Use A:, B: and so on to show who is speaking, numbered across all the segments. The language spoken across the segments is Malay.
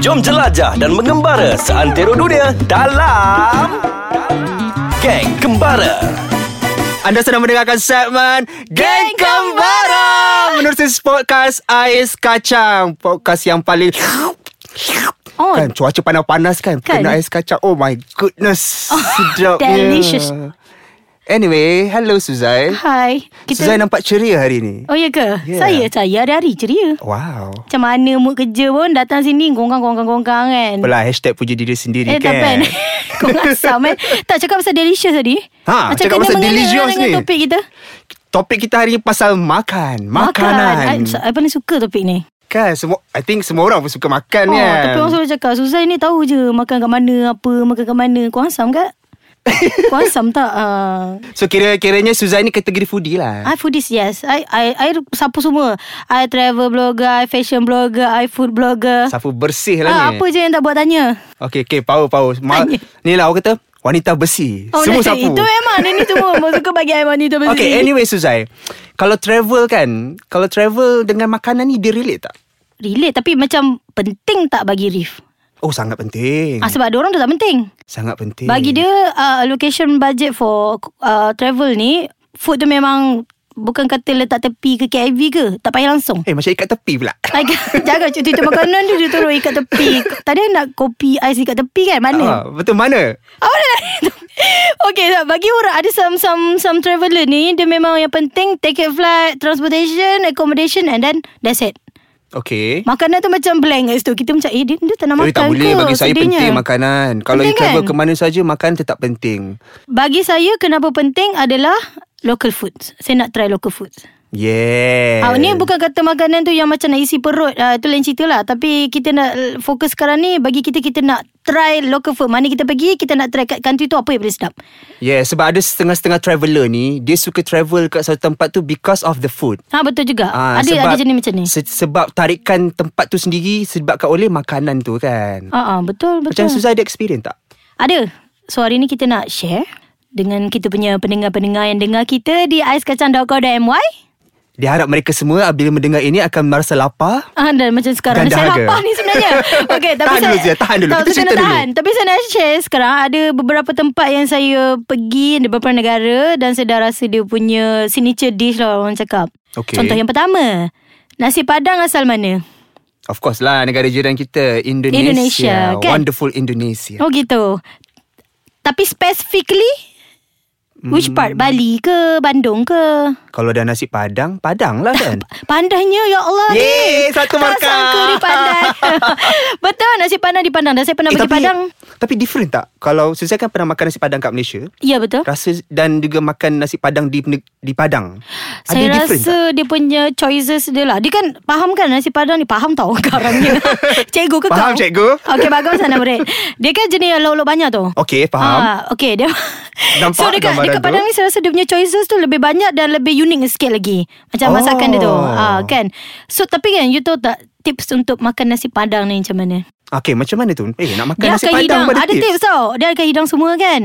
A: Jom jelajah dan mengembara seantero dunia dalam Geng Kembara.
B: Anda sedang mendengarkan segmen Geng Kembara Menerusi podcast Ais Kacang Podcast yang paling
C: Oh,
B: Kan cuaca panas-panas kan, kan
C: Kan.
B: Kena ais kacang Oh my goodness oh, Sedapnya
C: delicious. Ha,
B: Anyway Hello Suzai
C: hi.
B: Suzai nampak ceria hari ni
C: Oh ya ke?
B: Yeah.
C: Saya saya hari-hari ceria.
B: Wow
C: Macam mana mood kerja pun datang sini gonggang-gonggang-gonggang kan.
B: Apalah hashtag puji diri sendiri
C: Eh tak
B: kan
C: pen Kau asam eh Tak cakap pasal delicious tadi
B: Ha,
C: Macam
B: cakap
C: kena
B: pasal
C: mengena
B: delicious
C: dengan
B: ni.
C: topik kita
B: Topik kita hari ni pasal makan Makanan
C: Makan I, I paling suka topik ni
B: Kan semua I think semua orang pun suka makan
C: Oh,
B: kan
C: tapi orang selalu cakap Suzai ni tahu je Makan kat mana Apa Makan kat mana Kau asam kat? Kau asam tak? Uh,
B: So kira-kiranya Suzai ni kategori foodie lah
C: I foodies yes I, I I sapu semua I travel blogger I fashion blogger I food blogger
B: Sapu bersih lah
C: ah,
B: ni
C: Apa je yang tak buat tanya
B: Okay, okay, power, power. Ma-
C: Tanya.
B: ni lah orang kata, wanita besi.
C: Oh,
B: Semua
C: nasib.
B: sapu.
C: Itu memang Dia ni semua Mau suka bagi I wanita bersih
B: Okay, anyway Suzai. Kalau travel kan, kalau travel dengan makanan ni dia relate tak?
C: Relate Tapi macam Penting tak bagi Rif
B: Oh, sangat penting.
C: ah, Sebab dia orang tu tak penting
B: sangat penting.
C: Bagi dia uh, Allocation budget for uh, Travel ni Food tu memang Bukan kata letak tepi ke KIV ke Tak payah langsung
B: Eh, macam ikat tepi pula.
C: Like, Jangan cuti-cuti makanan tu Dia turun ikat tepi Tadi nak kopi ais ikat tepi kan Mana
B: Ah, betul mana?
C: Awak dah Okay tak Bagi orang Ada some some some traveller ni Dia memang yang penting Ticket flight Transportation Accommodation And then That's it
B: Okay.
C: Makanan tu macam blank kat situ Kita macam Eh dia, dia tak nak
B: Tapi
C: makan
B: tak boleh
C: ke
B: bagi saya
C: Sedihnya.
B: penting makanan. Kalau you
C: Penting
B: travel
C: kan?
B: ke mana saja makanan tetap penting.
C: Bagi saya Kenapa penting adalah Local food Saya nak try local food
B: Yeah.
C: Ah, ni bukan kata makanan tu yang macam nak isi perut ah, Itu lain cerita lah Tapi kita nak eh, fokus sekarang ni Bagi kita kita nak try local food Mana kita pergi Kita nak try kat country tu Apa yang boleh sedap
B: Yeah, sebab ada setengah-setengah traveller ni, dia suka travel kat satu tempat tu because of the food.
C: ha, Betul juga
B: Ah,
C: Ada ada jenis macam ni
B: Se- sebab tarikan tempat tu sendiri sebabkan oleh makanan tu kan.
C: Ah, ah, betul betul.
B: Macam Suzai ada experience tak?
C: Ada. So hari ni kita nak share dengan kita punya pendengar-pendengar yang dengar kita di aiskacang.co.my.
B: Dia harap mereka semua bila mendengar ini akan merasa lapar.
C: Ah, dan macam sekarang
B: Dan
C: Saya
B: dahaga.
C: lapar ni sebenarnya okay, tapi
B: Tahan
C: saya,
B: dulu, Zia, tahan dulu.
C: Tak,
B: Kita
C: saya
B: cerita
C: kena
B: dulu.
C: tahan. Tapi saya nak share sekarang Ada beberapa tempat yang saya pergi Di beberapa negara Dan saya dah rasa dia punya Signature dish lah orang cakap
B: Okey.
C: Contoh yang pertama Nasi Padang asal mana?
B: Of course lah negara jiran kita Indonesia.
C: Indonesia, kan?
B: Wonderful Indonesia.
C: Oh gitu Tapi specifically Which
B: Hmm.
C: part? Bali ke Bandung ke?
B: Kalau dah nasi padang, padang lah kan.
C: Pandainya ya Allah ni.
B: Yeay, satu
C: Tak
B: markah.
C: sangka ni pandai Betul nasi padang di Padang Dah saya pernah
B: Eh,
C: pergi Padang
B: Tapi different tak? Kalau Suzai kan pernah makan nasi padang kat Malaysia.
C: Ya betul
B: Rasa dan juga makan nasi padang di neg- di Padang.
C: Saya
B: ada different tak?
C: rasa dia punya choices dia lah Dia kan faham kan nasi padang ni Faham tau karangnya Cikgu ke
B: Faham,
C: kau?
B: cikgu.
C: Okay bagus sana murid Dia kan jenis yang lauk-lauk banyak tu
B: Okey, faham.
C: Ah, okay dia
B: Nampak
C: So dekat,
B: gambaran
C: dekat
B: tu?
C: Padang ni Saya rasa dia punya choices tu Lebih banyak dan lebih unik sikit lagi Macam
B: Oh.
C: masakan dia tu ah, Kan So tapi kan you tahu tak Tips untuk makan nasi padang ni macam mana
B: Okey, macam mana tu? Eh, nak makan
C: Dia
B: nasi
C: akan
B: padang
C: hidang
B: pada
C: Ada tips tau Dia akan hidang semua kan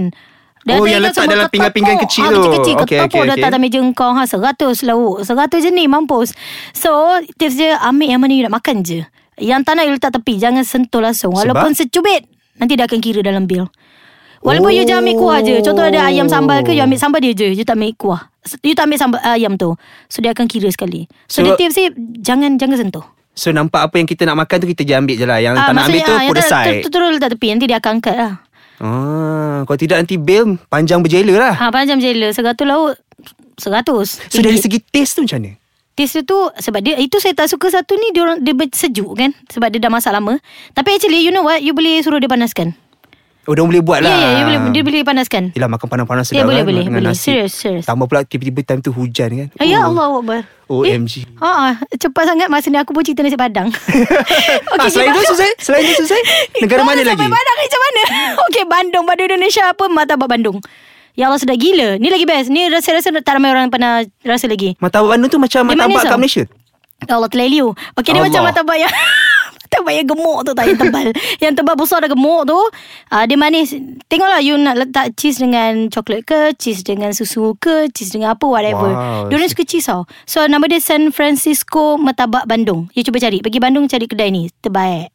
B: Oh, yang
C: akan hidang
B: letak
C: semua
B: dalam
C: ketopok.
B: pinggan-pinggan kecil
C: ah,
B: tu.
C: Kecil-kecil
B: Okey,
C: ketopok
B: okey,
C: letak
B: okey.
C: dalam meja kau ha, Seratus lauk Seratus je ni mampus So tips dia Ambil yang mana you nak makan je Yang tak nak you letak tepi Jangan sentuh langsung
B: Sebab?
C: Walaupun secubit Nanti dia akan kira dalam bil Walaupun you jangan ambil kuah je Contoh ada ayam sambal ke You ambil sambal dia je You tak ambil kuah You tak ambil sambal, eh, ayam tu So dia akan kira sekali So,
B: So-
C: so dia tips dia Jangan jangan sentuh
B: So nampak apa yang kita nak makan tu kita je ambil je lah. Yang tak nak ambil tu
C: ah, yang
B: put
C: tak-
B: aside.
C: tu- tu- Terus letak tepi Nanti dia akan angkat lah
B: Ah, kalau tidak nanti bil panjang berjela lah.
C: Ha, panjang jela. Seratus lauk. Seratus.
B: So dari segi taste tu macam mana?
C: Taste dia tu sebab dia itu saya tak suka satu ni dia orang dia ber- sejuk kan sebab dia dah masak lama. Tapi actually you know what you boleh suruh dia panaskan.
B: Oh, dia boleh buat
C: Ya
B: lah.
C: ya dia boleh dia boleh panaskan.
B: Yelah makan panas-panas
C: Ya,
B: sedap
C: boleh,
B: kan
C: boleh,
B: dengan
C: boleh.
B: nasi.
C: Serius, serius.
B: Tambah pula tiba-tiba time tu hujan kan.
C: Oh. Ya Allah Akbar.
B: OMG.
C: Eh, ha, ah, cepat sangat masa ni aku pun cerita nasi padang. Okey,
B: ah, selain
C: kita-
B: tu Suzai, selain tu Suzai, negara
C: Kau
B: mana
C: dah
B: lagi?
C: Sampai Padang ni macam mana? Okey, Bandung. Bandung Indonesia apa? Martabak Bandung. Ya Allah, sedap gila. Ni lagi best. Ni rasa-rasa tak ramai orang pernah rasa lagi.
B: Martabak Bandung tu macam martabak
C: Dia manis
B: kat
C: tau.
B: Malaysia.
C: Ya Allah terleliu Okay dia
B: Allah.
C: macam martabak yang Martabak yang gemuk tu tak Yang tebal Yang tebal besar dan gemuk tu uh, Dia manis Tengoklah you nak letak cheese dengan coklat ke Cheese dengan susu ke Cheese dengan apa whatever
B: Wow.
C: wow. Diorang suka cheese tau So nama dia San Francisco Martabak Bandung You cuba cari Pergi Bandung cari kedai ni Terbaik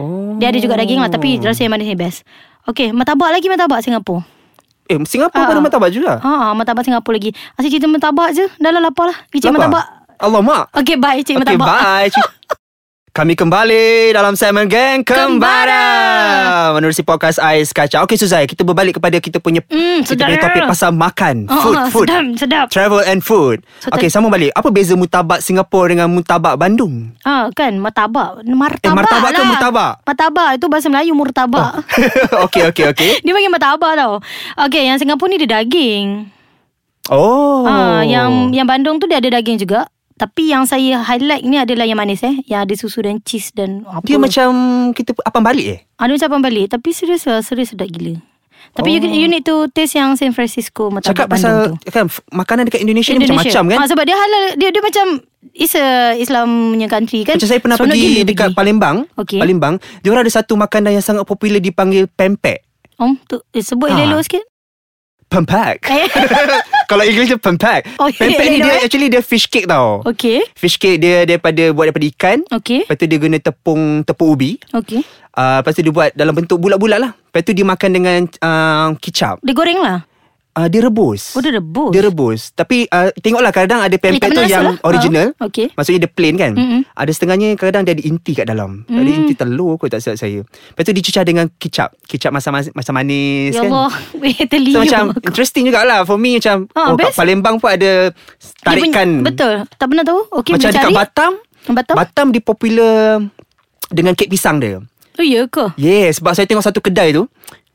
B: Oh.
C: Dia ada juga daging lah Tapi rasa yang manis ni best Okay Martabak lagi martabak Singapura
B: Eh Singapura pun ada
C: Ah.
B: martabak juga
C: Ha, martabak Singapura lagi Asyik cerita martabak je Dah lah lapar lah Icik
B: Lapar?
C: martabak
B: Alamak
C: Okay bye Cik
B: Okay,
C: martabak
B: bye. Cik- Kami kembali dalam segmen Geng Kembara.
C: Kembara.
B: Menerusi podcast Ais Kaca. Okey Suzai, kita berbalik kepada kita punya
C: Hmm,
B: kita punya
C: sedap.
B: topik pasal makan,
C: Oh,
B: food,
C: oh,
B: food.
C: sedap, sedap.
B: Travel and food.
C: So,
B: Okey, sama balik. Apa beza murtabak Singapura dengan murtabak Bandung?
C: Ah kan martabak
B: Eh,
C: martabak
B: martabak
C: lah.
B: ke murtabak? Oh.
C: Martabak itu bahasa Melayu murtabak.
B: okey, okey, okey.
C: dia panggil martabak tau. Okey, yang Singapura ni dia daging.
B: Oh.
C: Ah yang yang Bandung tu dia ada daging juga. Tapi yang saya highlight ni adalah yang manis eh. Yang ada susu dan cheese dan apa. Ah,
B: dia macam kita apa balik eh?
C: Ada ucapan balik. Tapi serius lah. Serius sedap gila. Tapi you, you need to taste yang San
B: Oh.
C: Francisco
B: Cakap
C: martabak
B: pasal
C: Bandung tu.
B: kan f- makanan dekat Indonesia, ni macam-macam kan?
C: Ah, sebab dia halal dia dia macam is a Islam punya country kan.
B: Macam saya pernah
C: Seronok
B: pergi
C: gila
B: dekat
C: pergi.
B: Palembang,
C: Okey.
B: Palembang, dia orang ada satu makanan yang sangat popular dipanggil pempek.
C: Om tu eh, sebut
B: Ah.
C: elok sikit.
B: Pempek.
C: Eh.
B: Kalau English dia pempek.
C: Oh,
B: pempek
C: ya,
B: ni
C: ya,
B: dia
C: ya.
B: actually dia fish cake tau.
C: Okey.
B: Fish cake dia daripada buat daripada ikan.
C: Okey.
B: Lepas tu dia guna tepung tepung ubi.
C: Okey.
B: Uh, lepas tu dia buat dalam bentuk bulat-bulat lah. Lepas tu dia makan dengan uh, kicap.
C: Dia goreng lah.
B: Uh, dia rebus.
C: Oh, dia rebus.
B: Dia rebus. Tapi uh, tengoklah kadang ada pempek
C: tak
B: tu
C: pernah rasa
B: yang
C: lah.
B: original.
C: Ha, okey.
B: Maksudnya dia plain kan.
C: Mm-mm.
B: Ada setengahnya kadang dia ada inti kat dalam. Mm. Ada inti telur kot tak silap saya. Lepas tu dicecah dengan kicap. Kicap masam masam manis
C: Ya
B: kan.
C: Allah. Weh,
B: So
C: terliur.
B: macam interesting jugalah For me macam
C: Ha,
B: oh, Kat
C: best.
B: Palembang pun ada
C: Dia punya-
B: Tarikan
C: Betul. Tak pernah tahu. Okey,
B: Macam
C: boleh
B: dekat
C: cari.
B: Batam
C: Batam?
B: Batam dia popular Dengan kek pisang dia
C: Oh, ya ke?
B: Yeah Sebab saya tengok satu kedai tu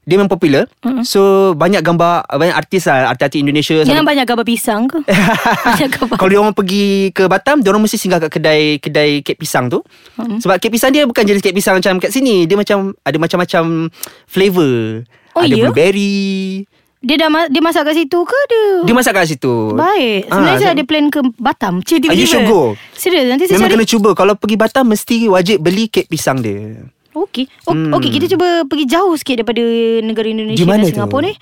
B: Dia memang popular mm-hmm. So banyak gambar Banyak artis lah Artis-artis Indonesia
C: Jangan
B: selalu-
C: banyak gambar pisang ke? banyak gambar.
B: Kalau dia orang pergi ke Batam Dia orang mesti singgah kat kedai Kedai kek pisang tu mm-hmm. Sebab kek pisang dia Bukan jenis kek pisang Macam kat sini Dia macam Ada macam-macam Flavour
C: Oh,
B: Ada
C: ya?
B: blueberry
C: Dia dah ma- dia masak kat situ ke dia?
B: Dia masak kat situ
C: Oh. Baik.
B: Ah,
C: Sebenarnya saya
B: so-
C: ada plan ke Batam. Cik, tiba-tiba.
B: You should go.
C: Serius, nanti saya
B: Memang
C: cari.
B: kena cuba Kalau pergi Batam Mesti wajib beli kek pisang dia
C: Okey. O- Okey, kita cuba pergi jauh sikit daripada negara Indonesia
B: Hmm. Di mana
C: dan
B: tu?
C: Singapura ni.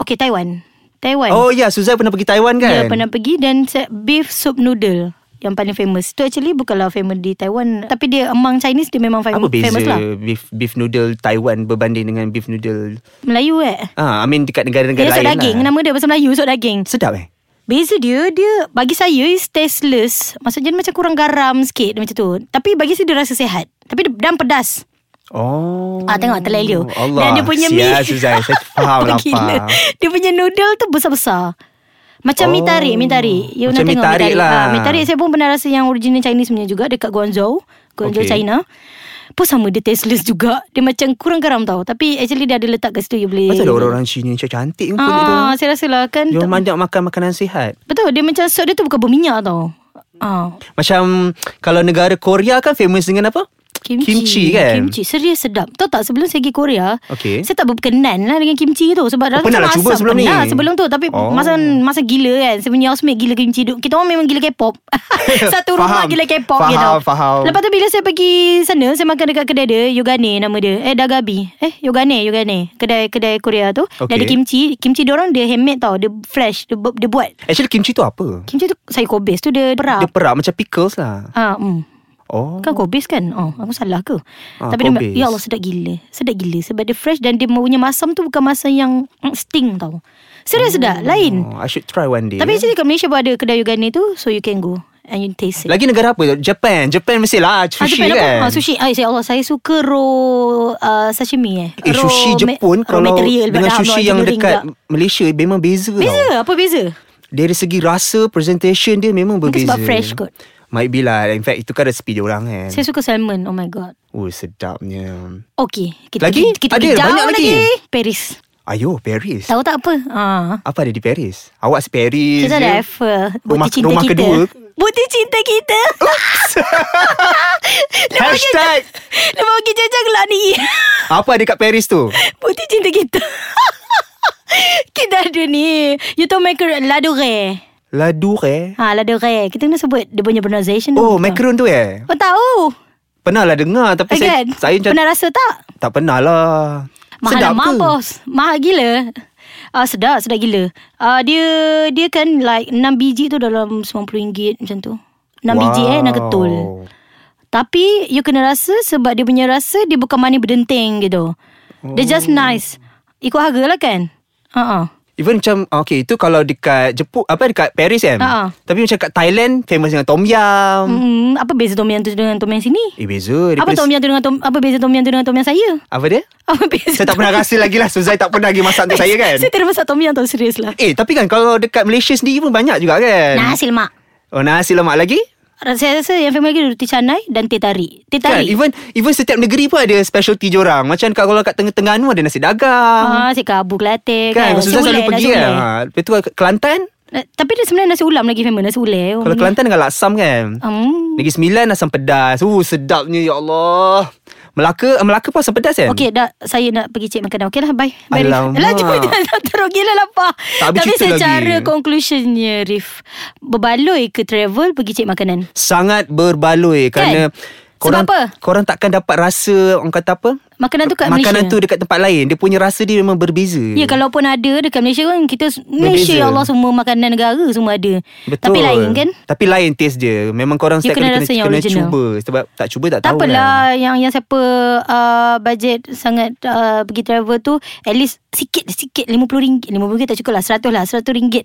C: Okey, Taiwan. Taiwan.
B: Oh ya yeah, Suzai pernah pergi Taiwan kan
C: Ya pernah pergi Dan se- beef soup noodle Yang paling famous Itu actually bukanlah famous di Taiwan Tapi dia among Chinese Dia memang fam-
B: Apa beza
C: famous lah
B: beef, beef noodle Taiwan Berbanding dengan beef noodle
C: Melayu eh
B: Ah, I mean dekat negara-negara
C: Dia
B: lain
C: sop daging
B: lah.
C: Nama dia bahasa Melayu Sop daging
B: Sedap eh
C: Beza dia Dia bagi saya Is tasteless Maksudnya dia macam kurang garam sikit Macam tu Tapi bagi saya Dia rasa sihat Tapi dia, dan pedas
B: Oh
C: Ah tengok terlelio
B: Allah
C: Dan dia punya
B: Sia,
C: mie
B: Suzai Saya faham lah
C: Gila. Dia punya noodle tu besar-besar
B: Oh.
C: macam oh, mie tarik, mie tarik. You
B: Macam
C: nak
B: mie
C: tengok
B: tarik lah.
C: Ha, mie tarik saya pun pernah rasa yang original Chinese punya juga dekat Guangzhou, Guangzhou
B: Okay.
C: China. Pun sama dia tasteless juga. Dia macam kurang garam tau. Tapi actually dia ada letak kat situ you boleh.
B: Masa ada orang-orang Cina Macam cantik pun kulit tu
C: Ah, saya rasa lah kan.
B: Dia
C: tak-
B: orang banyak makan makanan sihat
C: Betul, dia macam sop dia tu bukan berminyak tau. Ah,
B: Macam Kalau negara Korea kan Famous dengan apa?
C: kimchi.
B: Kimchi kan
C: Kimchi serius sedap. Tahu tak sebelum saya pergi Korea,
B: Okey.
C: saya tak berkenan lah dengan kimchi tu sebab rasa
B: pernah
C: macam
B: lah cuba
C: asam.
B: sebelum ni?
C: Pernah sebelum tu tapi
B: Oh.
C: oh. masa masa gila kan. Saya punya housemate gila kimchi tu. Kita orang memang gila K-pop. Satu rumah
B: Faham.
C: gila K-pop
B: Faham,
C: gitu.
B: faham.
C: Lepas tu bila saya pergi sana, saya makan dekat kedai dia, Yogane nama dia. Eh Dagabi. Eh Yogane, Yogane. Kedai kedai Korea tu.
B: Okey.
C: Dia ada kimchi. Kimchi dia orang dia handmade tau. Dia fresh, dia, bu- dia buat.
B: Actually kimchi tu apa?
C: Kimchi tu saya kobis tu dia
B: Dia
C: perap.
B: perak macam pickles lah
C: Ah, mm.
B: Oh
C: Kan kobis kan oh, Aku salah ke
B: Ah,
C: Tapi dia,
B: kobis.
C: Ya Allah sedap gila Sedap gila Sebab dia fresh Dan dia punya masam tu Bukan masam yang mm, Sting tau Serius sedap Lain
B: Oh, I should try one day.
C: Tapi actually kat Malaysia pun ada Kedai Yugane tu So you can go And you taste it
B: lagi negara apa? Japan. Japan mesti lah
C: Ah,
B: sushi
C: Japan apa?
B: kan.
C: Ah, sushi. Ay, ya Allah, saya suka roll uh, sashimi eh.
B: Eh
C: Raw
B: sushi
C: ma-
B: Jepun
C: raw
B: kalau
C: material, uh,
B: dengan
C: padahal
B: sushi
C: raw
B: yang
C: material
B: dekat Kan.
C: juga.
B: Malaysia memang beza,
C: Beza?
B: tau.
C: Apa beza?
B: Dari segi rasa, presentation dia memang
C: Mungkin
B: berbeza.
C: sebab fresh kot.
B: Might be lah. In fact, itu kan resipi dia orang kan.
C: Saya suka salmon. Oh my god.
B: Oh, sedapnya.
C: Okey, kita
B: Lagi?
C: pergi- kita
B: Ada,
C: pergi jauh
B: banyak lagi.
C: Paris.
B: Ayo, Paris.
C: Tahu tak apa? Ah.
B: Apa ada di Paris? Awak si Paris. ya?
C: Kita ada
B: je.
C: Eiffel
B: Rumah-
C: Bukti cinta
B: rumah
C: kita
B: kedua.
C: Bukti cinta kita
B: Hashtag.
C: Lepas pergi jajah gelap ni
B: Apa ada kat Paris tu?
C: Bukti cinta kita Kita ada ni You tahu macaron Ladure
B: La Dure.
C: Ha Ladure Kita kena sebut Dia punya pronunciation
B: eh? Oh,
C: tu.
B: macaron tu eh?
C: Oh tahu
B: Pernah lah dengar tapi
C: Again
B: saya, saya macam
C: Eh, kan? Pernah rasa tak
B: tak pernah lah.
C: Mahal
B: Sedap
C: amat
B: ke?
C: bos Mahal gila Ah sedap, sedap gila. Ah dia dia kan like 6 biji tu dalam RM90 macam tu. 6 biji eh nak eh, ketul. Tapi you kena rasa sebab dia punya rasa dia bukan manis berdenting gitu. Oh. Dia just nice. Ikut harga lah kan? Ha-ha.
B: Even macam ah, Okay itu kalau dekat Jepun Apa dekat Paris kan
C: Ha-ha.
B: Tapi macam kat Thailand Famous dengan Tom Yum
C: Hmm, apa beza tom yang tu dengan tom yang sini?
B: Eh beza
C: Hmm. Apa tom yang tu dengan tom apa beza tom yang tu dengan tom yang saya?
B: Apa dia?
C: Apa beza?
B: Saya tak pernah rasa lagi lah Suzai tak pernah lagi masak untuk saya kan
C: saya tidak masak tom yang tau serius lah.
B: Eh tapi kan Kalau dekat Malaysia sendiri pun banyak juga kan
C: Nasi lemak.
B: Oh nasi lemak lagi
C: Saya rasa yang famous lagi roti canai dan teh tarik. Teh
B: Kan
C: tarik.
B: even even setiap negeri pun ada specialty jorang. Macam kat, kalau kat tengah-tengah ada nasi dagang.
C: Ah, si kabu Kelantan
B: kan, kan?
C: kan.
B: Suzai
C: Nasi
B: selalu
C: ulai,
B: pergi
C: nasi
B: kan.
C: ulai.
B: Ha, lepas tu kat Kelantan,
C: Eh, Tapi dia sebenarnya nasi ulam lagi famous Nasi ulai
B: kalau Kelantan dengan laksam kan.
C: um,
B: Negeri Sembilan asam pedas. Uh sedapnya ya Allah. Melaka eh, Melaka pun asam pedas kan?
C: Okay dah Saya nak pergi cek makanan Okay lah bye, bye Rif.
B: Alamak.
C: Alah jom Dah teruk gila lapar
B: Tak habis
C: Tapi
B: cerita
C: secara
B: lagi.
C: conclusionnya Rif Berbaloi ke travel Pergi cek makanan
B: Sangat berbaloi kerana korang
C: Kan? apa?
B: korang takkan dapat rasa orang kata apa?
C: Makanan tu kat
B: Makanan
C: Malaysia
B: tu dekat tempat lain Dia punya rasa dia memang berbeza
C: Ya kalau pun ada Dekat Malaysia kan Kita Malaysia ya Allah Semua makanan negara Semua ada
B: Betul
C: Tapi lain kan
B: Tapi lain taste dia Memang korang
C: You
B: setiap kena,
C: kena rasa yang
B: kena, kena
C: original.
B: cuba Sebab tak cuba tak,
C: tak
B: tahu lah.
C: apalah yang yang siapa uh, budget sangat uh, pergi travel tu at least sikit sikit RM50 RM50 tak cukup lah RM100 lah RM100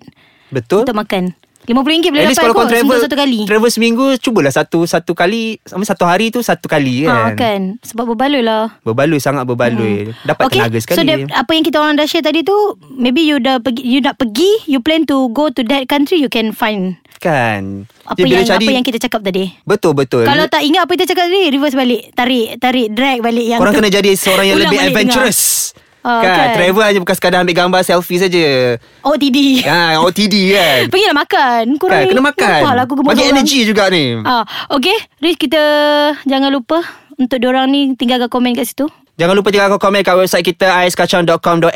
B: Betul
C: untuk makan RM50
B: At
C: boleh
B: least
C: dapat
B: kalau
C: kot
B: kau travel
C: untuk satu kali
B: Travel seminggu Cubalah satu Satu kali Sama satu hari tu Satu kali kan,
C: Ha, kan Sebab berbaloi lah
B: Berbaloi sangat berbaloi hmm. Dapat
C: Okay,
B: tenaga sekali
C: so dia, apa yang kita orang dah share tadi tu Maybe you dah pergi You nak pergi You plan to go to that country You can find
B: Kan
C: Apa
B: Dia bila
C: yang
B: cari-
C: apa yang kita cakap tadi
B: Betul-betul
C: Kalau tak ingat apa kita cakap tadi Reverse balik Tarik Tarik drag balik yang
B: Korang
C: tu.
B: kena jadi seorang yang
C: Ulang
B: lebih
C: balik
B: adventurous
C: Ah,
B: kan?
C: kan.
B: Travel aja bukan sekadar ambil gambar selfie saja.
C: dengar. Oh tidak
B: Ha, OTD kan.
C: Pergilah makan Kurang
B: kan, kena makan.
C: Nampak lah aku gemuk
B: Bagi
C: seorang.
B: energi juga ni.
C: ah, Okay Riz kita Jangan lupa Untuk diorang ni Tinggalkan komen kat situ
B: Jangan lupa tinggalkan komen kat website kita aiskacang.com.my.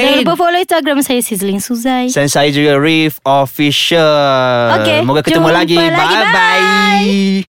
C: Jangan lupa follow Instagram saya Sizzling Suzai
B: Dan saya juga Reef Official
C: Okey,
B: Moga ketemu
C: jumpa
B: lagi
C: lagi.
B: Bye-bye